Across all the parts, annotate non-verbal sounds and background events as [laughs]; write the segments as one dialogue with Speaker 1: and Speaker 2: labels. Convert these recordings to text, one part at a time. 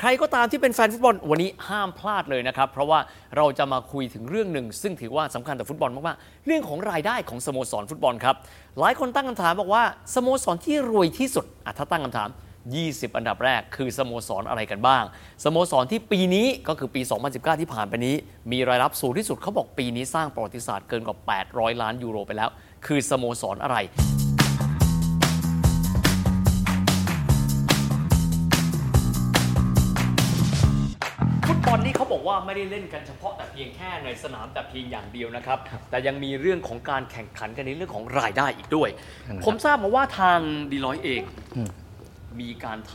Speaker 1: ใครก็ตามที่เป็นแฟนฟุตบอลวันนี้ห้ามพลาดเลยนะครับ เพราะว่าเราจะมาคุยถึงเรื่องหนึ่ง ซึ่งถือว่าสำคัญต่อฟุตบอลมากๆ เรื่องของรายได้ของสโมสรฟุตบอลครับ หลายคนตั้งคำถามบอกว่าสโมสรที่รวยที่สุดอ่ะถ้าตั้งคำถาม 20 อันดับแรกคือสโมสรอะไรกันบ้าง สโมสรที่ปีนี้ก็คือปี 2019 ที่ผ่านไปนี้ มีรายรับสูงที่สุดเขาบอกปีนี้สร้างประวัติศาสตร์เกินกว่า 800 ล้านยูโรไปแล้ว คือสโมสรอะไร ฟุตบอลนี่เขาบอกว่าไม่ได้เล่นกันเฉพาะแต่เพียงแค่ในสนามแต่เพียงอย่างเดียวนะครับ แต่ยังมีเรื่องของการแข่งขันกันในเรื่องของรายได้อีกด้วย ผมทราบมาว่าทางดีลอยเองมีการท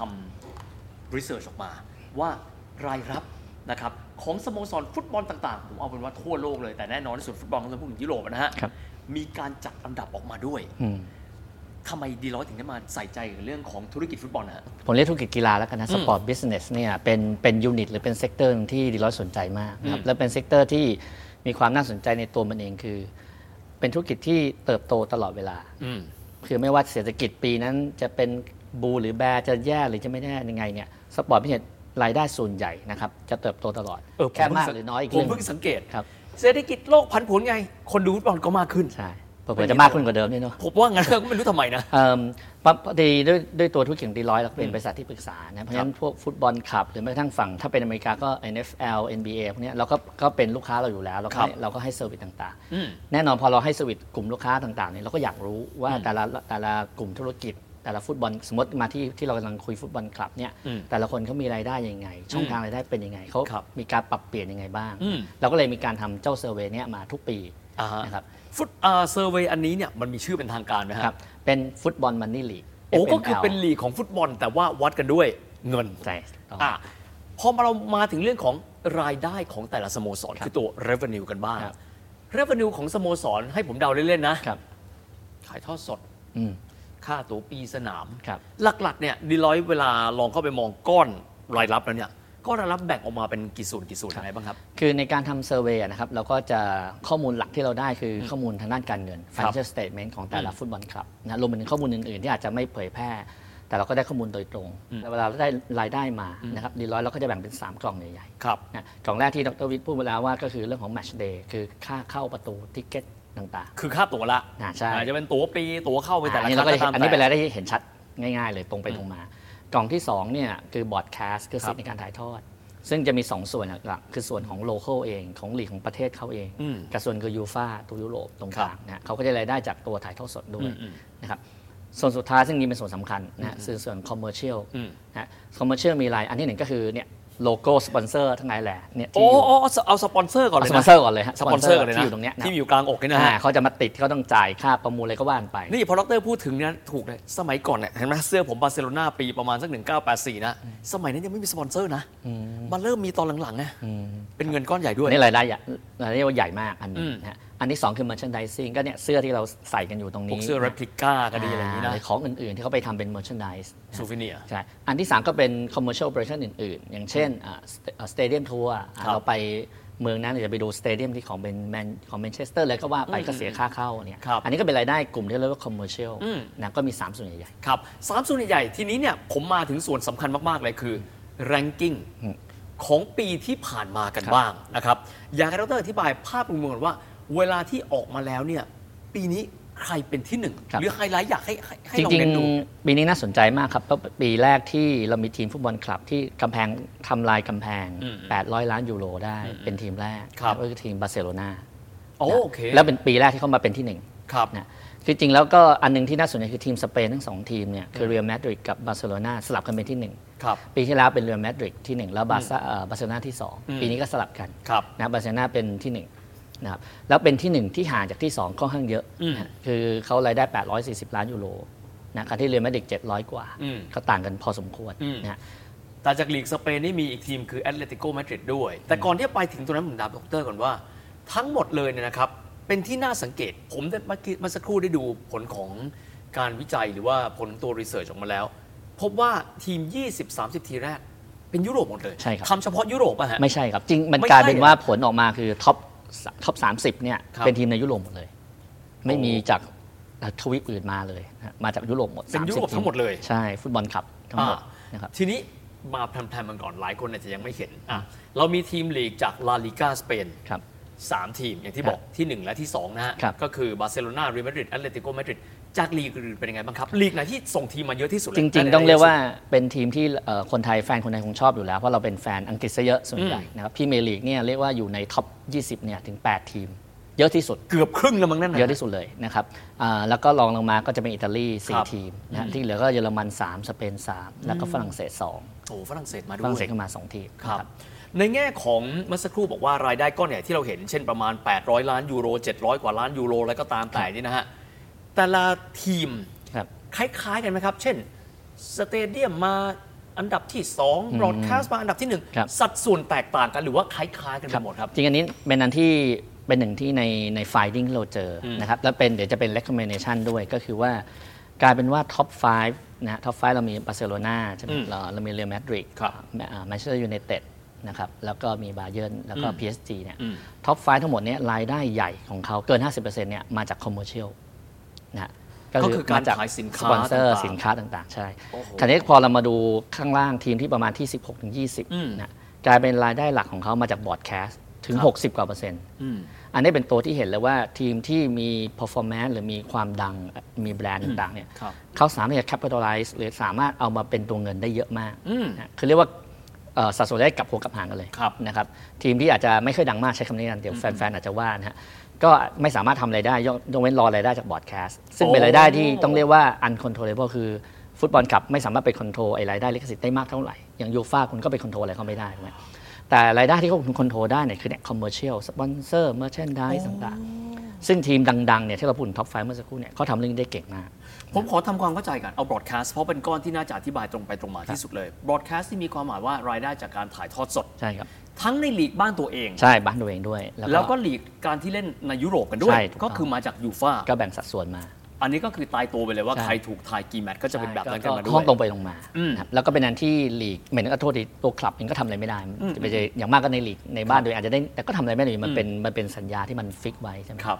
Speaker 1: ำรีเสิร์ชออกมา ว่ารายรับนะครับของสโมสรฟุตบอลต่างๆ ผมเอาเป็นว่าทั่วโลกเลยแต่แน่นอนที่สุดฟุตบอลก็จะพูดถึงยุโรปนะฮะ
Speaker 2: ครับ
Speaker 1: มีการจัดอันดับออกมาด้วย
Speaker 2: อืม
Speaker 1: ทำไมดีลอยถึงได้มาใส่ใจกับเรื่องของธุรกิจฟุตบอลนะฮะ
Speaker 2: ผมเรียกธุรกิจกีฬาแล้วกันนะ สปอร์ตบิสเนสเนี่ยเป็นเป็นยูนิตหรือเป็นเซกเตอร์ที่ดีลอยสนใจมากนะครับ
Speaker 1: อืม
Speaker 2: และเป็นเซกเตอร์ที่มีความน่าสนใจในตัวมันเองคือ เป็นธุรกิจที่เติบโตตลอดเวลา
Speaker 1: อืม
Speaker 2: คือไม่ว่าเศรษฐกิจปีนั้นจะเป็นบูหรือแบร์จะแย่หรือจะไม่แย่ยังไงเนี่ยสปอร์ตบิสเนสรายได้ส่วนใหญ่นะครับจะเติบโตตลอด
Speaker 1: เออผม
Speaker 2: แค่มาก
Speaker 1: เพิ่งสัง
Speaker 2: หรือน้อยอีก
Speaker 1: ผม
Speaker 2: เรื่อง
Speaker 1: เพิ่งสังเกต
Speaker 2: ครับ
Speaker 1: เศรษฐกิจโลกผันผวนไง คนดูฟุตบอลก็มากขึ้น
Speaker 2: ใช่เผื่อๆจะมากขึ้นกว่าเดิมเนี่ยเนาะ
Speaker 1: ผมว่างั้น [laughs] ก็ไม่รู้ทำไมนะ
Speaker 2: เอิ่มพอพอดีด้วยด้วยตัวธุรกิจดีร้อยเราก็เป็นบริษัทที่ปรึกษานะเพราะฉะนั้นพวกฟุตบอลคลับ หรือแม้กระทั่งฝั่งถ้าเป็นอเมริกาก็ NFL NBA พวกเนี้ยเราก็ก็เป็นลูกค้าเราอยู่แล้วเรา
Speaker 1: ค
Speaker 2: ก็
Speaker 1: รับ
Speaker 2: ให้เราก็ให้เซอร์วิสต่าง
Speaker 1: อืม
Speaker 2: ๆ แน่นอนพอเราให้เซอร์วิสกลุ่มลูกค้าต่างๆเนี่ยเราก็อยากรู้ว่า
Speaker 1: อืม
Speaker 2: แต่ละแต่ละกลุ่มธุรกิจ แต่ละฟุตบอลสมมติมาที่ที่เรากำลังคุยฟุตบอลคลับเนี่ย
Speaker 1: อืม
Speaker 2: แต่ละคนเขามีรายได้ยังไง ช่องทางรายได้เป็นยังไงเขา
Speaker 1: ครับ
Speaker 2: มีการปรับเปลี่ยนยังไงบ้าง
Speaker 1: อืม
Speaker 2: เราก็เลยมีการทำเจ้าเซอร์เวย์เนี่ยมาทุกปี
Speaker 1: อ่าฮะ
Speaker 2: นะครับ
Speaker 1: ฟุตอ่าเซอร์เวยอันนี้เนี่ยมันมีชื่อเป็นทางการไหมฮะ
Speaker 2: ครับเป็นฟุตบอลมันนี่ลี
Speaker 1: โอ้ก็คือเป็นลีกของฟุตบอล แต่ว่าวัดกันด้วยเงิน
Speaker 2: ใช่ต้อง
Speaker 1: อ่ะพอมาเรามาถึงเรื่องของรายได้ของแต่ละสโมสร คือตัว revenue กันบ้าง
Speaker 2: ครับ
Speaker 1: revenue ของสโมสรให้ผมเดาเล่นๆนะ
Speaker 2: ครับ
Speaker 1: ขายทอดสด
Speaker 2: อืม
Speaker 1: ค่าตั๋วปีสนาม
Speaker 2: ครับ
Speaker 1: หลักๆเนี่ยดีลอยเวลาลองเข้าไปมองก้อนรายรับแล้วเนี่ยก้อนรายรับแบ่งออกมาเป็นกี่ส่วนกี่ส่วนยังไงบ้างครับ
Speaker 2: คือในการทำเซอร์เวย์นะครับเราก็จะข้อมูลหลักที่เราได้คือข้อมูลทางด้านการเงิน
Speaker 1: ครับ
Speaker 2: financial statement ของแต่ละฟุตบอลคลับนะรวมไปถึงข้อมูลอื่น ๆ ที่อาจจะไม่เผยแพร่ แต่เราก็ได้ข้อมูลโดยตรงแต่เวลาเราได้รายได้มานะครับดีร้อยเราก็จะแบ่งเป็น 3 กล่องใหญ่
Speaker 1: ครับ
Speaker 2: ๆนะกล่องแรกที่ดรวิทย์พูดไปแล้วว่าก็คือเรื่องของ match day คือค่าเข้าประตูทิเก็ตต่าง
Speaker 1: คือค่าตั๋วละ
Speaker 2: อ่าใช่
Speaker 1: อาจจะเป็นตั๋วปีตั๋วเข้าไป
Speaker 2: ๆ
Speaker 1: แต่ละ
Speaker 2: อันนี้
Speaker 1: ครั้
Speaker 2: เรา
Speaker 1: งก็
Speaker 2: ก็จะ
Speaker 1: ตาม
Speaker 2: อันนี้เป็น
Speaker 1: แต่
Speaker 2: รายได้ที่เห็นชัดง่าย ๆ เลยตรงไปตรงมา กล่องที่สองเนี่ยคือบอร์ดแคสคือสิทธิ์ในการถ่ายทอด ซึ่งจะมี 2 ส่วนหลักๆคือส่วนของโลเคอลเองของหลีกของประเทศเขาเอง
Speaker 1: อืม
Speaker 2: กับส่วนคือยูฟาตัวยุโรปตรงกลางนะเขาก็จะรายได้จากตัวถ่ายทอดสดด้วย
Speaker 1: อืม
Speaker 2: นะครับส่วนสุดท้ายซึ่งนี้เป็นส่วนสำคัญนะคือส่วนคอมเมอร์เชียล
Speaker 1: อืม
Speaker 2: นะคอมเมอร์เชียลมีอะไรอันที่หนึ่งก็คือเนี่ยโลโก้สปอนเซอร์ทั้งหลายแหละเนี่ยที่
Speaker 1: โอ้
Speaker 2: อยู่
Speaker 1: โอ้เอาเอาสปอนเซอร์ก่อนเลย
Speaker 2: ส
Speaker 1: นะ
Speaker 2: ปอนเซอร์ก่อนเลยฮะ
Speaker 1: สปอนเซอร์ก่อนเลยนะ
Speaker 2: ที่อยู่ตรงเนี้ยนะ
Speaker 1: ที่อยู่กลางอกนี่นะ
Speaker 2: อ่า
Speaker 1: ฮะ
Speaker 2: เขาจะมาติดเขาต้องจ่ายค่าประมูลอะไรก็ว่ากันไป
Speaker 1: นี่พอดรพูดถึงนะถูกเลยสมัยก่อนเนี่ยเห็นไหมเสื้อผมบาร์เซโลนาปีประมาณสัก 1984 นะ สมัยนั้นยังไม่มีสปอนเซอร์นะ มันเริ่มมีตอนหลังๆนะเป็นเงินก้อนใหญ่ด้วย
Speaker 2: อันนี่รายได้ใหญ่รายได้ใหญ่มากอันหนึ
Speaker 1: อื
Speaker 2: ง
Speaker 1: ม
Speaker 2: นะฮะอันที่ 2 คือ merchandising ก็เนี่ยเสื้อที่เราใส่กันอยู่ตรง
Speaker 1: พวก
Speaker 2: นี้
Speaker 1: เสื้อ r ร p l i c a ก็ดีอะไรอย่างนี้นะ
Speaker 2: หของอื่นๆ ที่เขาไปทำเป็น merchandise
Speaker 1: ซูฟิเนีย
Speaker 2: ใช่ อันที่ 3 ก็เป็น commercial operation อื่นๆ อย่างเช่นอ่า sta- อ่า stadium tour อ่ะ
Speaker 1: ครับ
Speaker 2: เราไปเมืองนั้นหรือจะไปดูสเตเดียมที่ของเป็นแมนของแมนเชสเตอร์เลยก็ว่าไปก็เสียค่าเข้าเนี่ย อันนี้ก็เป็นรายได้กลุ่มที่เรียกว่า commercial นะก็มี 3 ส่วนใหญ่
Speaker 1: ครับสามส่วนใหญ่ๆทีนี้เนี่ยผมมาถึงส่วนสำคัญมาก ๆ เลยคือ ranking ของปีที่ผ่านมากันบ้างนะครับ อยากให้ดรอธิบายภาพรวมก่อนว่า เวลาที่ออกมาแล้วเนี่ย ปีนี้ใครเป็นที่หนึ่ง
Speaker 2: ครับ
Speaker 1: หรือไฮไลท์อยากให้ให้ให้
Speaker 2: จ
Speaker 1: ลอง
Speaker 2: ริง
Speaker 1: เน้นดู
Speaker 2: ๆ ปีนี้น่าสนใจมากครับเพราะปีแรกที่เรามีทีมฟุตบอลคลับที่กำแพงทำลายกำแพง 800 ล้านยูโรได้เป็นทีมแรก
Speaker 1: ครับ
Speaker 2: ก็คือทีมบาร์เซโลนา
Speaker 1: โอโอเค
Speaker 2: แล้วเป็นปีแรกที่เข้ามาเป็นที่หนึ่ง
Speaker 1: ครับ
Speaker 2: นะคือจริงแล้วก็อันหนึงที่น่าสนใจคือทีมสเปนทั้งสองทีมเนี่ยคือเรอัลมาดริดกับบาร์เซโลนาสลับกันเป็นที่หนึ่ง
Speaker 1: ครับ
Speaker 2: ปีที่แล้วเป็นเรอัลมาดริดที่หนึ่งแล้วบาร์ซ่าเอ่อบาร์เซโลนาที่สองปีนี้ก็สลับกัน
Speaker 1: ครับ
Speaker 2: นะบาร์เซโลนาเป็นที่หนึ่งนะครับแล้วเป็นที่หนึ่งที่ห่างจากที่สองค่อนข้างเยอะ
Speaker 1: อืม
Speaker 2: นะคือเขารายได้ 840 ล้านยูโรนะการที่เรียนมาดริด700 กว่า
Speaker 1: อืม
Speaker 2: ก็ต่างกันพอสมควร
Speaker 1: อืม
Speaker 2: นะฮะ
Speaker 1: แต่จากลีกสเปนนี่มีอีกทีมคือแอตเลติโกมาดริดด้วย แต่ก่อนที่จะไปถึงตรงนั้นผมถามดรก่อนว่า ทั้งหมดเลยเนี่ยนะครับ เป็นที่น่าสังเกต ผมได้เมื่อกี้เมื่อสักครู่ได้ดูผลของการวิจัยหรือว่าผลตัวรีเสิร์ชออกมาแล้ว พบว่าทีม 20-30 ทีแรก เป็นยุโรปหมดเลย
Speaker 2: ใช่ครับ
Speaker 1: ทำเฉพาะยุโรปอะฮะ
Speaker 2: ไม่ใช่ครับ จริงมัน
Speaker 1: ไม่
Speaker 2: กลายเป็น
Speaker 1: ใช่
Speaker 2: ว่าผลออกมาคือท็อปท็อปสาเนี่ย
Speaker 1: ครับ
Speaker 2: เป็นทีมในยุโรปหมดเลย ไม่
Speaker 1: โอ้
Speaker 2: มีจากทวีปอื่นมาเลยนะมาจากยุโรปหมด
Speaker 1: เป็นยุโรป
Speaker 2: 30
Speaker 1: ทั้งหมดเลย
Speaker 2: ใช่ฟุตบอลคลับทั้งหมด
Speaker 1: อ่า
Speaker 2: นะครับ
Speaker 1: ทีนี้ มาแพรมๆมันก่อนหลายคนอาจจะยังไม่เห็นอ่ะเรามีทีมลีกจากลาลิกาสเปน
Speaker 2: ครับ
Speaker 1: สามทีม อย่างที่
Speaker 2: ครับ
Speaker 1: บอกทีหนึ่1 และที่ 2 นะฮะ
Speaker 2: ครับ
Speaker 1: ก็คือบาร์เซโลนาเรอัลมาดริดแอตเลติโกมาดริดจากลีกอื่นเป็นยังไงบ้างครับ ลีกไหนที่ส่งทีมมาเยอะที่สุด
Speaker 2: จริง
Speaker 1: และ
Speaker 2: ๆ ต้องเรียกว่าเป็นทีมที่เอ่อคนไทยแฟนคนไทยคงชอบอยู่แล้ว เพราะเราเป็นแฟนอังกฤษซะเยอะส่วนใหญ่นะครับพรี่เมยร์ลีกเนี่ยเรียกว่าอยู่ในท็อป 20 เนี่ยถึง 8 ทีม เยอะที่สุด
Speaker 1: เกือบครึ่งแล้วมั้งนั่นนะ
Speaker 2: เยอะที่สุดเลยนะครับอ่าแล้วก็รองลงมาก็จะเป็นอิตาลี
Speaker 1: ครับ
Speaker 2: 4 ทีมนะฮะที่เหลือก็เยอรมัน 3 สเปน 3 แล้วก็ฝรั่งเศส 2
Speaker 1: โอ้ฝรั่งเศสมาด้ว
Speaker 2: ฝ
Speaker 1: ย
Speaker 2: รั่งเศสก็มา 2 ทีม
Speaker 1: ครับ
Speaker 2: นะ
Speaker 1: ในแง่ของเมื่อสักครู่บอกว่ารายได้ก้อนใหญ่ที่เราเห็นเช่นประมาณ 800 ล้านยูโร 700 กว่าล้านยูโร แล้วก็ตามแต่นี่นะฮะ แต่ละทีม
Speaker 2: ครับ
Speaker 1: คล้ายๆกันไหมครับ เช่น สเตเดียมมาอันดับที่2บรอดคาสต์มาอันดับที่หนึ่ง
Speaker 2: ครับ
Speaker 1: สัดส่วนแตกต่างกันหรือว่าคล้ายๆกัน
Speaker 2: ค
Speaker 1: ไป
Speaker 2: รับ
Speaker 1: หมดครับ
Speaker 2: จริงอันนี้เป็นอันที่เป็นหนึ่งที่ในใน finding เราเจออ
Speaker 1: ม
Speaker 2: นะครับแล้วเป็นเดี๋ยวจะเป็น recommendation ด้วยก็คือว่ากลายเป็นว่า top 5นะฮะ top 5 เรามีบาร์เซโลนาใช่ไหม
Speaker 1: อืม
Speaker 2: เราเรามีเรอัลมาดริด
Speaker 1: ครับ
Speaker 2: แมนเชสเตอร์ยูไนเต็ดนะครับแล้วก็มีบาเยิร์นแล้วก็
Speaker 1: อืม
Speaker 2: PSG เนี่ย
Speaker 1: อืม
Speaker 2: ท็อป5ทั้งหมดเนี่ยรายได้ใหญ่ของเขาเกิน 50%เนี่ยมาจาก commercial นะฮะ
Speaker 1: ก็คือการขายสินค้า
Speaker 2: สปอนเซอร์
Speaker 1: ต่างๆ
Speaker 2: สินค้าต่างๆ ใช่
Speaker 1: โอ้โห
Speaker 2: ทีนี้พอเรามาดูข้างล่างทีมที่ประมาณที่ 16-20ถึง
Speaker 1: อืม
Speaker 2: นะ กลายเป็นรายได้หลักของเขามาจากบอร์ดแคสต์ถึง
Speaker 1: ครับ
Speaker 2: 60 กว่าเปอร์เซ็นต์
Speaker 1: อืม
Speaker 2: อันนี้เป็นตัวที่เห็นเลยว่าทีมที่มี performance หรือมีความดังมีแบรนด์ต่างๆเนี่ย
Speaker 1: ครับ
Speaker 2: เขาสามารถจะ capitalize หรือสามารถเอามาเป็นตัวเงินได้เยอะมาก
Speaker 1: อืม
Speaker 2: นะคือเรียกว่าเอ่อสัดส่วนได้กลับหัวกลับหางกันเลย
Speaker 1: ครับ
Speaker 2: นะครับทีมที่อาจจะไม่ค่อยดังมากใช้คำนี้กันเดี๋ยวแฟนๆ อาจจะว่านะฮะก็ไม่สามารถทำรายได้ยกยกเว้นรอรายได้จากบอร์ดแคสต์ซึ่งเป็น
Speaker 1: โอ้
Speaker 2: รายได้ที่ต้องเรียกว่า uncontrollable คือฟุตบอลกลับไม่สามารถไปคอนโทรลไอ้รายได้ลิขสิทธิ์ได้มากเท่าไหร่อย่างยูฟ่าคุณก็ไปคอนโทรลอะไรเขาไม่ได้ถูกไหมแต่รายได้ที่เขาคอนโทรลได้เนี่ยคือเนี่ยคอมเมอร์เชียลสปอนเซอร์เมอร์ชนด ไลฟ์ต่างๆซึ่งทีมดังๆเนี่ยที่เราพูดถึงท็อปไฟเมื่อสักครู่เนี่ยเขาทำเรื่องนี้ได้เก่งมาก
Speaker 1: ผมขอทำความเข้าใจกันเอาบ r อ a แคส s t เพราะเป็นก้อนที่น่าจะอธิบายตรงไปตรงมาที่สุดเลยบ r อ a แคส s t ที่มีความหมายว่ารายได้จากการถ่ายทอดสด
Speaker 2: ใช่ครับ
Speaker 1: ทั้งในลีกบ้านตัวเอง
Speaker 2: ใช่บ้านตัวเองด้วย
Speaker 1: แล้วก็ลีกการที่เล่นในยุโรปกันด้วย
Speaker 2: ใช่ถูกต้อง
Speaker 1: ก็คือมาจากยูฟ่า
Speaker 2: ก็แบ่งสัดส่วนมา
Speaker 1: อันนี้ก็คือตายตัวไปเลยว่า
Speaker 2: ใช่
Speaker 1: ใครถูกทายกี่แมตช์ก็จะเป็นแบบนั้นกันมาด้
Speaker 2: ข้
Speaker 1: ว
Speaker 2: อย งตรงไปลงมา
Speaker 1: อืม
Speaker 2: นะครับแล้วก็เป็นอันที่ลีกเหมือนกับโทษทีตัวคลับเองก็ทำอะไรไม่ได้
Speaker 1: อืม
Speaker 2: จะไปเจออย่างมากก็ในลีกในบ้านตัวเองอาจจะได้แต่ก็ทำอะไรไม่ได้อยู่มั
Speaker 1: อืม
Speaker 2: นเป็นมันเป็นสัญญาที่มันฟิกไว้ใช่ไหม
Speaker 1: ครับ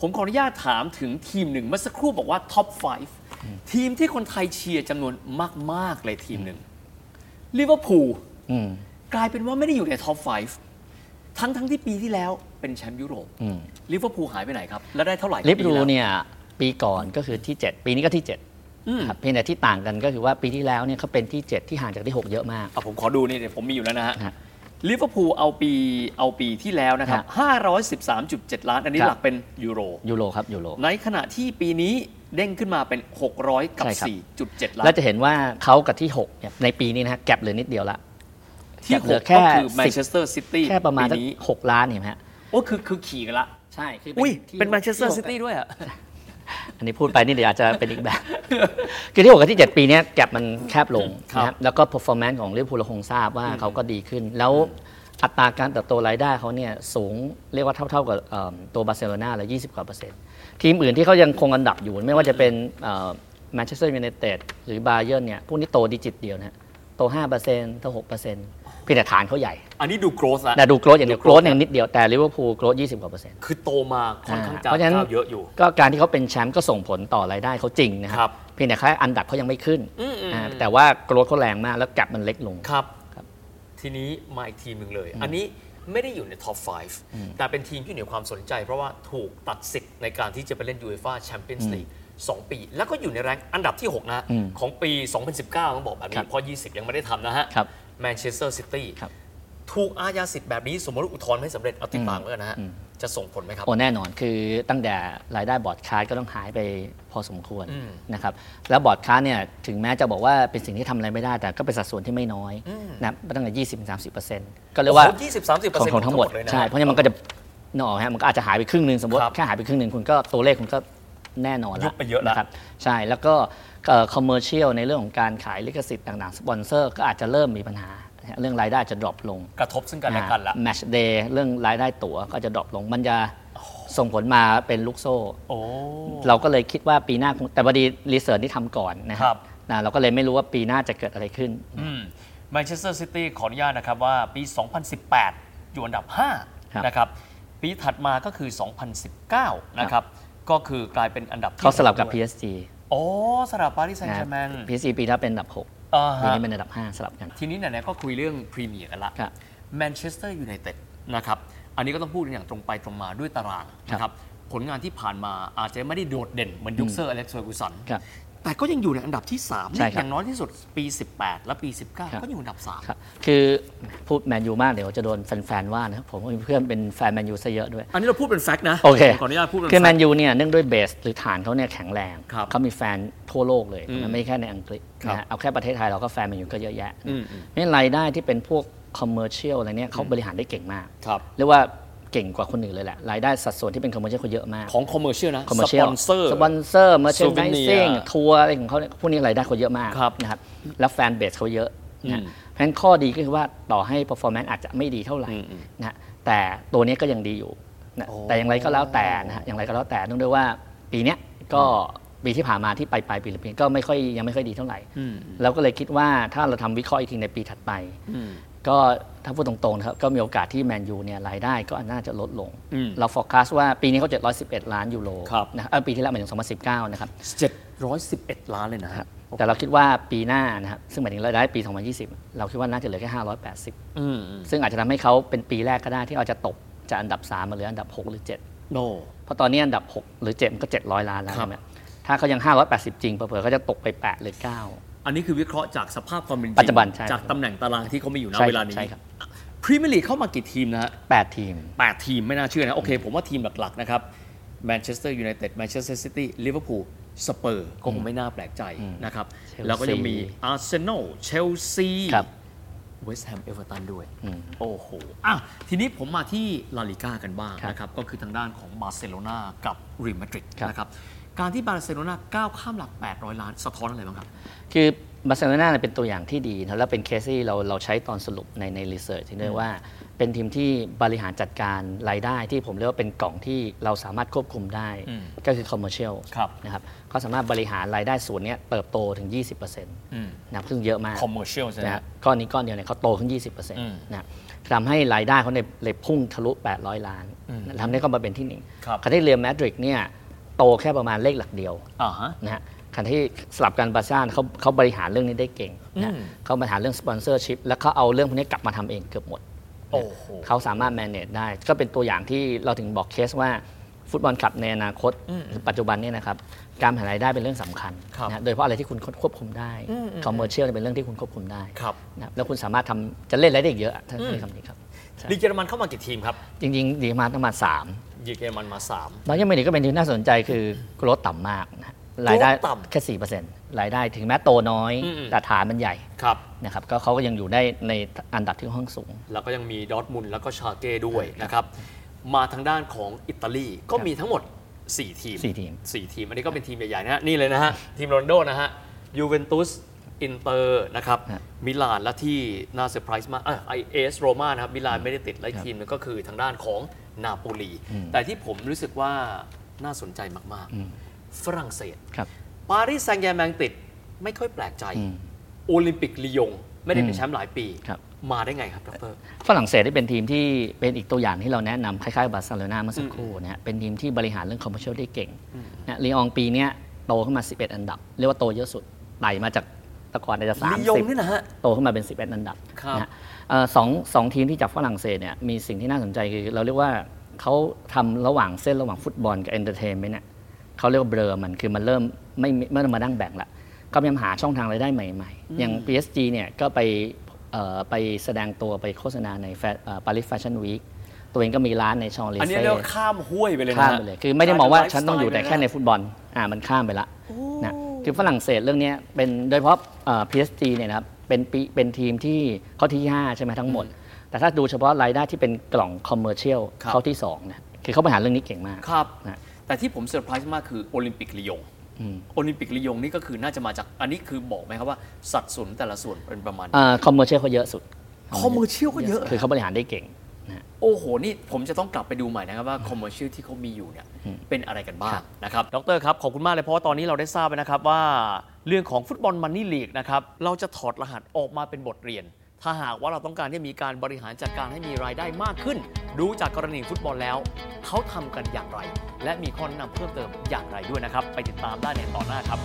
Speaker 1: ผมขออนุญาตถามถึงทีมหนึ่งเมื่อสักครู่บอกว่าท็อป 5 ทีมที่คนไทยเชียร์จำนวนมากๆเลยทีมหนึ่งลิเวอร์พูล
Speaker 2: อืม
Speaker 1: กลายเป็นว่าไม่ได้อยู่ในท็อป 5 ทั้งทั้งๆที่ปีที่แล้วเป็นแชมป์ยุโรป
Speaker 2: อืม
Speaker 1: ลิเวอร์พูลหายไปไหนครับ แล้วได้เท่าไหร่
Speaker 2: ลิเวอร์พูล
Speaker 1: ปีแว
Speaker 2: เนี่ยปีก่อนก็คือที่ 7 ปีนี้ก็ที่
Speaker 1: อืม
Speaker 2: 7ครับเพียงแต่ที่ต่างกันก็คือว่าปีที่แล้วเนี่ยเขาเป็นที่ 7 ที่ห่างจากที่ 6 เยอะมาก
Speaker 1: อ่ะผมขอดูนี่เดี๋ยวผมมีอยู่แล้วนะฮะ
Speaker 2: ฮะ
Speaker 1: ลิเวอร์พูลเอาปีเอาปีที่แล้วนะครับ 513.7 ล้าน อันนี้
Speaker 2: ครับ
Speaker 1: หลักเป็นยูโร
Speaker 2: ยูโรครับยูโร
Speaker 1: ในขณะที่ปีนี้เด้งขึ้นมาเป็น 600 กับ
Speaker 2: ใช่ครับ
Speaker 1: 4.7 ล้า
Speaker 2: แล้ว
Speaker 1: น
Speaker 2: จะเห็นว่าเขากับที่6เนี่ยในปีนี้นะฮะแกลบเหลือนิดเดียวละ
Speaker 1: ที่
Speaker 2: เห
Speaker 1: ห
Speaker 2: ลื
Speaker 1: ก
Speaker 2: อแค่
Speaker 1: ก็คือ
Speaker 2: สิบ
Speaker 1: แมนเชสเตอร์ซิตี้
Speaker 2: แค่ประมาณสัก
Speaker 1: นี้
Speaker 2: หกล้านเห็นไหมฮะ
Speaker 1: โอ้คือคือขี่กันละ
Speaker 2: ใช่คือ
Speaker 1: อุ้ย
Speaker 2: ที่
Speaker 1: เป็นแมนเชสเตอร์ซิตี้ด้วยอ่ะ
Speaker 2: อันนี้พูดไปนี่เดี๋ยวอาจจะเป็นอีกแบบ [laughs] คือที่6กับที่ 7 ปีเนี้ยแกลบมันแคบลง
Speaker 1: ครับ
Speaker 2: นะครับแล้วก็ performance ของลิเวอร์พูลเราคงทราบว่าเขาก็ดีขึ้น แล้วอัตราการเติบโตรายได้เขาเนี่ยสูงเรียกว่าเท่า ๆกับเอิ่มตัวบาร์เซโลนาเลย20 กว่าเปอร์เซ็นต์ ทีมอื่นที่เขายังคงอันดับอยู่ ไม่ว่าจะเป็นแมนเชสเตอร์ยูไนเต็ดหรือบาเยิร์นเนี่ยพวกนี้โตดิจิตเดียวนะฮะโต5%โต6%เพียงแต่ฐานเขาใหญ่
Speaker 1: อันนี้ดูโกรสละ
Speaker 2: แต่ดูโกรธอย่างเดียวโกรธอย่างนิดเดียวแต่ลิเวอร์พูลโกรธ20กว่าเปอร์เซ็นต์
Speaker 1: คือโตมาค่อนข้างจะ
Speaker 2: อ่าเพราะฉะนั้น
Speaker 1: ก้าวเยอะอยู่
Speaker 2: ก็การที่เขาเป็นแชมป์ก็ส่งผลต่อรายได้เขาจริงนะค
Speaker 1: ครั
Speaker 2: รั
Speaker 1: บบ
Speaker 2: เพียงแต่แค่อันดับเขายังไม่ขึ้น
Speaker 1: อืมอืม
Speaker 2: อ่าแต่ว่าโกรธเขาแรงมากแล้วแกลบมันเล็กลง
Speaker 1: ครับ
Speaker 2: ครับ
Speaker 1: ทีนี้มาอีกทีมหนึ่งเลย อันนี้ไม่ได้อยู่ในท็อป 5 แต่เป็นทีมที่อยู่ในความสนใจ เพราะว่าถูกตัดสิทธิ์ในการที่จะไปเล่นยูเอฟ่าแชมเปี้ยนส์ลีกสองปี แล้วก็อยู่ในแรงอันดับที่ 6 นะ ของปี 2019 ต้องบอกแบบ
Speaker 2: ครั
Speaker 1: นี้
Speaker 2: บ
Speaker 1: เพราะ 20 ยังไม่ได้ทำนะฮะ
Speaker 2: ครับ
Speaker 1: แมนเชสเตอร์ซิตี้
Speaker 2: ครับ
Speaker 1: ถูกอาญาสิทธิ์แบบนี้สมมติว่าอุทธรณ์ไม่สำเร็จเอาติดตามแล้วกันนะฮะ
Speaker 2: อืม
Speaker 1: จะส่งผลไหมครับ
Speaker 2: โอ้แน่นอนคือตั้งแต่รายได้บอร์ดคาร์ก็ต้องหายไปพอสมควร
Speaker 1: อืม
Speaker 2: นะครับแล้วบอร์ดคาร์เนี่ยถึงแม้จะบอกว่าเป็นสิ่งที่ทำอะไรไม่ได้ แต่ก็เป็นสัดส่วนที่ไม่น้อย
Speaker 1: อืม
Speaker 2: นะครับตั้งแต่ยี่สิบสามสิบเปอร์เซ็นต์ก็เรียกว่า
Speaker 1: โอ้โห20 30เปอ
Speaker 2: ข
Speaker 1: ร์
Speaker 2: อง
Speaker 1: เซ็นต์
Speaker 2: ของทั้งหมด
Speaker 1: เลยนะ
Speaker 2: ใช่เพราะฉะนั้นมันก็จะนกออกไหมฮะมันก็อาจจะหายไปครึ่งหนึ่งสมมติ
Speaker 1: ครับ
Speaker 2: แค่หายไปครึ่งหนึ่งคุณก็ตัวเลขคุณก็แน่นอน
Speaker 1: ยุบไปเยอะละ
Speaker 2: นครับใช่แล้วก็คอมเมอร์เชียลในเรื่องของการขายลิขสิทธิ์ต่างๆ สปอนเซอร์ก็อาจจะเริ่มมีปัญหานะฮะเรื่องรายได้อาจจะดรอปลง
Speaker 1: กระทบซึ่งกันและกันละ
Speaker 2: แมชเดย์เรื่องรายได้ตั๋วก็จะดรอปลง มันจะส่งผลมาเป็นลูกโซ่
Speaker 1: โอ้
Speaker 2: เราก็เลยคิดว่าปีหน้าคงแต่พอดีรีเสิร์ชที่ทำก่อนนะค
Speaker 1: ครั
Speaker 2: รับ บนะเราก็เลยไม่รู้ว่าปีหน้าจะเกิดอะไรขึ้น
Speaker 1: แมนเชสเตอร์ซิตี้ขออนุญาตนะครับว่าปี 2018 อยู่อันดับ
Speaker 2: ครับ
Speaker 1: 5 นะครับ ปีถัดมาก็คือ 2019 นะครับ ก็คือกลายเป็นอันดับที่
Speaker 2: เขาสลับกับ
Speaker 1: หด้วย
Speaker 2: PSG
Speaker 1: โอ้สลับปารีสแซงต์แช
Speaker 2: นะ
Speaker 1: ร์แมง
Speaker 2: PSG ปีถ้าเป็นอันดับหก
Speaker 1: อ่าฮะ
Speaker 2: ปีนี้เป็นอันดับ 5 สลับกัน
Speaker 1: ทีนี้ไหนๆก็คุยเรื่องพรีเมียร์กันละ
Speaker 2: ครับ
Speaker 1: แมนเชสเตอร์ยูไนเต็ดนะครับ อันนี้ก็ต้องพูดกันอย่างตรงไปตรงมาด้วยตาราง
Speaker 2: ครับ
Speaker 1: นะครับ ผลงานที่ผ่านมาอาจจะไม่ได้โดดเด่นเหมือนยุคเซอร์อเล็กซ์เฟอร์กูสัน
Speaker 2: ครับ
Speaker 1: แต่ก็ยังอยู่ในอันดับที่3
Speaker 2: ใช่ครับ
Speaker 1: อย่างน้อยที่สุดปี 18 และปี 19
Speaker 2: ครับ
Speaker 1: ก็อยู่อันดับ 3
Speaker 2: ครับคือพูดแมนยูมากเดี๋ยวจะโดนแฟนๆว่านะครับผมก็มีเพื่อนเป็นแฟนแมนยูซะเยอะด้วย
Speaker 1: อันนี้เราพูดเป็นแฟกต์นะ
Speaker 2: โอเค
Speaker 1: ขออนุญาตพูดเป็น
Speaker 2: คือแม
Speaker 1: แฟก
Speaker 2: น
Speaker 1: ต์
Speaker 2: ยูเนี่ยเนื่องด้วยเบสหรือฐานเขาเนี่ยแข็งแรง
Speaker 1: ครับ
Speaker 2: เขามีแฟนทั่วโลกเลย
Speaker 1: อืม
Speaker 2: มันไม่แค่ในอังกฤษ
Speaker 1: ครับ
Speaker 2: นะฮะเอาแค่ประเทศไทยเราก็แฟนแมนยูก็เยอะแยะ
Speaker 1: อืมอืม
Speaker 2: นี่รายได้ที่เป็นพวกคอมเมอร์เชียลอะไรเนี่ยเขาบริหารได้เก่งมาก
Speaker 1: ครับ
Speaker 2: เรียกว่าเก่งกว่าคนอื่นเลยแหละ รายได้สัดส่วนที่เป็นคอมเมอร์เชียลเขาเยอะมาก
Speaker 1: ของคอมเมอร์เชียลนะ
Speaker 2: คอมเมอ
Speaker 1: ส
Speaker 2: ร์เชีย
Speaker 1: ป
Speaker 2: ล
Speaker 1: อนเซอร์
Speaker 2: สปอนเซอร์มาเชนไดซิ่ง
Speaker 1: Souvenir
Speaker 2: ทัวร์อะไรของเขาเนี่ยพวกนี้รายได้เขาเยอะมาก
Speaker 1: ครับ
Speaker 2: นะครับแล้วแฟนเบสเขาเยอะ
Speaker 1: อื
Speaker 2: นะ
Speaker 1: ม
Speaker 2: เพราะฉะนั้นข้อดีก็คือว่าต่อให้ performance อาจจะไม่ดีเท่าไหร่
Speaker 1: อืมอืม
Speaker 2: นะแต่ตัวเนี้ยก็ยังดีอยู่นะ
Speaker 1: โอ้
Speaker 2: แต่อย่างไรก็แล้วแต่นะฮะอย่างไรก็แล้วแต่ต้องด้วยว่าปีเนี้ยก็ปีที่ผ่านมาที่ไปลายๆปีหรือปีก็ไม่ค่อยยังไม่ค่อยดีเท่าไหร่
Speaker 1: อืม
Speaker 2: เราก็เลยคิดว่าถ้าเราทำวิเคราะห์อีกทีในปีถัดไป
Speaker 1: อืม
Speaker 2: ก็ถ้าพูดตรงๆนะครับก็มีโอกาสที่แมนยูเนี่ยรายได้ก็น่าจะลดลง
Speaker 1: อืม
Speaker 2: เรา forecast ว่าปีนี้เขา711 ล้านยูโร
Speaker 1: ครับ
Speaker 2: นะเอ่อปีที่แล้วหมายถึง 2019 นะครับ
Speaker 1: 711 ล้านเลยนะฮะ
Speaker 2: แต่เราคิดว่าปีหน้านะครับซึ่งหมายถึงรายได้ปี 2020 เราคิดว่าน่าจะเหลือแค่ 580
Speaker 1: อืมอืม
Speaker 2: ซึ่งอาจจะทำให้เขาเป็นปีแรกก็ได้ที่เราจะตกจากอันดับสามมาเหลืออันดับหกหรือเจ็ด
Speaker 1: โน
Speaker 2: เพราะตอนนี้อันดับ 6 หรือ 7 มันก็ 700 ล้านแล้ว
Speaker 1: ครับ
Speaker 2: ใช่ไหมถ้าเขายัง 580 จริงเผลอๆเขาจะตกไป 8 หรือ 9
Speaker 1: อันนี้คือวิเคราะห์จากสภาพความเป็นจริง
Speaker 2: ปัจจุบันใช่
Speaker 1: จากตำแหน่งตารางที่เขามีอยู่ณ
Speaker 2: ใช่ครับ
Speaker 1: เวลานี้
Speaker 2: ใช่ครับ
Speaker 1: พรีเมียร์ลีกเข้ามากี่ทีมนะฮะ
Speaker 2: 8 ทีม
Speaker 1: 8 ทีมไม่น่าเชื่อนะ โอเค ผมว่าทีมหลัก ๆ นะครับแมนเชสเตอร์ยูไนเต็ดแมนเชสเตอร์ซิตี้ลิเวอร์พูลสเปอร์ก็คงไม่น่าแปลกใจนะครับ
Speaker 2: เชลซี
Speaker 1: แล้วก็ยังมีอาร์เซนอลเชลซี
Speaker 2: ครับ
Speaker 1: เวสต์แฮมเอเวอร์ตันด้วย
Speaker 2: อืม
Speaker 1: โอ้โหอ่ะทีนี้ผมมาที่ลาลิก้ากันบ้าง
Speaker 2: ครับ
Speaker 1: นะครับ ก็คือทางด้านของบาร์เซโลนากับเรอัลมาดริด
Speaker 2: ครับ
Speaker 1: นะครับ การที่บาร์เซโลนาก้าวข้ามหลัก 800 ล้านสะท้อนอะไรบ้างครับ
Speaker 2: คือบาร์เซโลนาเนี่ยเป็นตัวอย่างที่ดีนะแล้วเป็นเคสที่เราเราใช้ตอนสรุปในในรีเสิร์ชที่ด้วยว่า เป็นทีมที่บริหารจัดการรายได้ที่ผมเรียกว่าเป็นกล่องที่เราสามารถควบคุมได้
Speaker 1: อืม
Speaker 2: ก็คือคอมเมอร์เชียล
Speaker 1: ครับ
Speaker 2: นะครับเขาสามารถบริหารรายได้ส่วนเนี้ยเติบโตถึง 20%นะครับซึ่งเยอะมาก
Speaker 1: คอมเมอร์เชียลใช่ไหม
Speaker 2: นะฮะก้อนนี้ก้อนเดียวเนี่ยเขาโตขึ้น 20%
Speaker 1: อืม
Speaker 2: นะทำให้รายได้เขาเนี่ยเลยพุ่งทะลุ 800 ล้าน
Speaker 1: อืม
Speaker 2: นะทำได้ก็มาเป็นที่หนึ่ง
Speaker 1: ครับ
Speaker 2: คันที่เรียลมาดริดเนี่ยโตแค่ประมาณเลขหลักเดียว
Speaker 1: อ่าฮะ
Speaker 2: นะฮะคันที่สลับกันบาร์ซ่าเขาเขาบริหารเรื่องนี้ได้เก่งนะ
Speaker 1: อืม
Speaker 2: เขาบริหารเรื่องสปอนเซอร์ชิพแล้วเขาเอาเรื่องพวกนี้กลับมาทำเองเกือบหมด
Speaker 1: โอ้โห
Speaker 2: เขาสามารถ manage ได้ ก็เป็นตัวอย่างที่เราถึงบอกเคสว่าฟุตบอลคลับในอนาคต
Speaker 1: อืม
Speaker 2: หรือปัจจุบันเนี่ยนะครับการหารายได้เป็นเรื่องสำคัญ
Speaker 1: ครับ
Speaker 2: นะโดยเฉพาะอะไรที่คุณควบคุมได้
Speaker 1: อืมอืม
Speaker 2: คอมเมอร์เชียลเป็นเรื่องที่คุณควบคุมได้
Speaker 1: ครับ
Speaker 2: นะครับแล้วคุณสามารถทำจะเล่นอะไรได้อีกเยอะท่านใช้คำนี้ครับใช่
Speaker 1: ลีกเยอรมันเข้ามากี่ทีมครับ
Speaker 2: จริงๆดีมาประมาณสาม
Speaker 1: ลีกเยอรมันมาสาม
Speaker 2: แล้วยังไม่ดีก็เป็นที่น่าสนใจคือโกรธต่ำมากนะรายได้
Speaker 1: โกรธต่ำ
Speaker 2: แค่สี่เปอร์เซ็นต์รายได้ถึงแม้โตน้อย
Speaker 1: อืม
Speaker 2: แต่ฐานมันใหญ่
Speaker 1: ครับ
Speaker 2: นะครับก็เขาก็ยังอยู่ได้ในอันดับที่ค่อนข้างสูง
Speaker 1: แล้วก็ยังมีดอร์ทมุนด์แล้วก็ชาเก้ด้วยนะครับ มาทางด้านของอิตาลีก็มีทั้งหมด 4 ทีม
Speaker 2: สี่ทีม
Speaker 1: สี่ทีม อันนี้ก็เป็นทีมใหญ่ ๆ นะฮะ นี่เลยนะฮะ ทีมโรนลโดนะฮะยูเวนตุสอินเตอร์นะครับมิลานและที่น่าเซอร์ไพรส์มากไอเอสโรมานะครับมิลานไม่ได้ติดและอีกทีมหนึงก็คือทางด้านของนาโปลี แต่ที่ผมรู้สึกว่าน่าสนใจมากๆ ฝรั่งเศส
Speaker 2: ครับ
Speaker 1: ปารีสแซงต์แยร์แมงติดไม่ค่อยแปลกใจ
Speaker 2: อืม
Speaker 1: โอลิมปิกลียง ไม่ได้เป็น
Speaker 2: อืม
Speaker 1: แชมป์หลายปี
Speaker 2: ครับ
Speaker 1: มาได้ไงครับดร
Speaker 2: ฝรั่งเศสที่เป็นทีมที่เป็นอีกตัวอย่างที่เราแนะนำคล้ายๆกับบาร์เซโลนาเมื่อสักครู่นะฮะเป็นทีมที่บริหารเรื่องคอมเมอร์เชียลได้เก่งนะลีอองปีเนี้ยโตขึ้นมา 11 อันดับ เรียกว่าโตเยอะสุดไต่มาจากแตะกอนอาจจะสาม
Speaker 1: ลียง
Speaker 2: สิบ
Speaker 1: นี่นะฮะ
Speaker 2: โตขึ้นมาเป็น 11 อันดับ
Speaker 1: ครับ
Speaker 2: นะฮะเอ่อสองสองทีมที่จากฝรั่งเศสเนี่ยมีสิ่งที่น่าสนใจคือเราเรียกว่าเขาทำระหว่างเส้นระหว่างฟุตบอลกับเอนเตอร์เทนเมนต์เนี่ยเขาเรียกว่าเบลอมันคือมันเริ่มไม่ไม่ไม่ต้องมาดั้งแบ่งละก็พยายามหาช่องทางรายได้ใหม่ๆ อย่าง PSG เนี่ยก็ไปเอ่อไปแสดงตัวไปโฆษณาในปารีสแฟชั่นวีคตัวเองก็มีร้านในชองลี
Speaker 1: อันนี้
Speaker 2: เซ่
Speaker 1: เรียกว่าข้ามห้วยไปเลยนะ
Speaker 2: ข้าม
Speaker 1: ฮะ
Speaker 2: ไปเลย คือไม่ได้มองว่าฉันต้องอยู่แต่แค่ใน
Speaker 1: ลฟ์สตล์
Speaker 2: ฟุตบอลอ่ามันข้ามไปละ
Speaker 1: ไปเลย
Speaker 2: นะ
Speaker 1: นะ
Speaker 2: คือฝรั่งเศสเรื่องเนี้ยเป็นโดยเฉพาะเอ่อ PSG เนี่ยนะครับเป็นปีเป็นทีมที่เขาที่ 5 ใช่ไหมทั้งหมด แต่ถ้าดูเฉพาะรายได้ที่เป็นกล่องคอมเมอร์เชียล
Speaker 1: ครับ
Speaker 2: เขาที่ 2 นะ คือเขาบริหารเรื่องนี้เก่งมาก
Speaker 1: ครับ
Speaker 2: นะ
Speaker 1: แต่ที่ผมเซอร์ไพรส์มากคือโอลิมปิกลียง
Speaker 2: อืม
Speaker 1: โอลิมปิกลียงนี่ก็คือน่าจะมาจาก อันนี้คือบอกไหมครับว่าสัดส่วนแต่ละส่วนเป็นประมาณไหน
Speaker 2: เอ่อคอมเมอร์เชียลเขาเยอะสุด
Speaker 1: คอมเมอร์เชียลก็เยอะ
Speaker 2: คือเขาบริหารได้เก่งนะ
Speaker 1: โอ้โห นี่ผมจะต้องกลับไปดูใหม่นะครับว่าคอมเมอร์เชียลที่เขามีอยู่เนี่ยเป็นอะไรกันบ้างนะครับ ดรครับ ขอบคุณมากเลยเพราะว่าตอนนี้เราได้ทราบไปนะครับว่าเรื่องของฟุตบอลมันนี่ลีกนะครับ เราจะถอดรหัสออกมาเป็นบทเรียน ถ้าหากว่าเราต้องการที่มีการบริหารจัดการให้มีรายได้มากขึ้น ดูจากกรณีฟุตบอลแล้ว เขาทำกันอย่างไร และมีข้อแนะนำเพิ่มเติมอย่างไรด้วยนะครับ ไปติดตามได้ในตอนหน้าครับ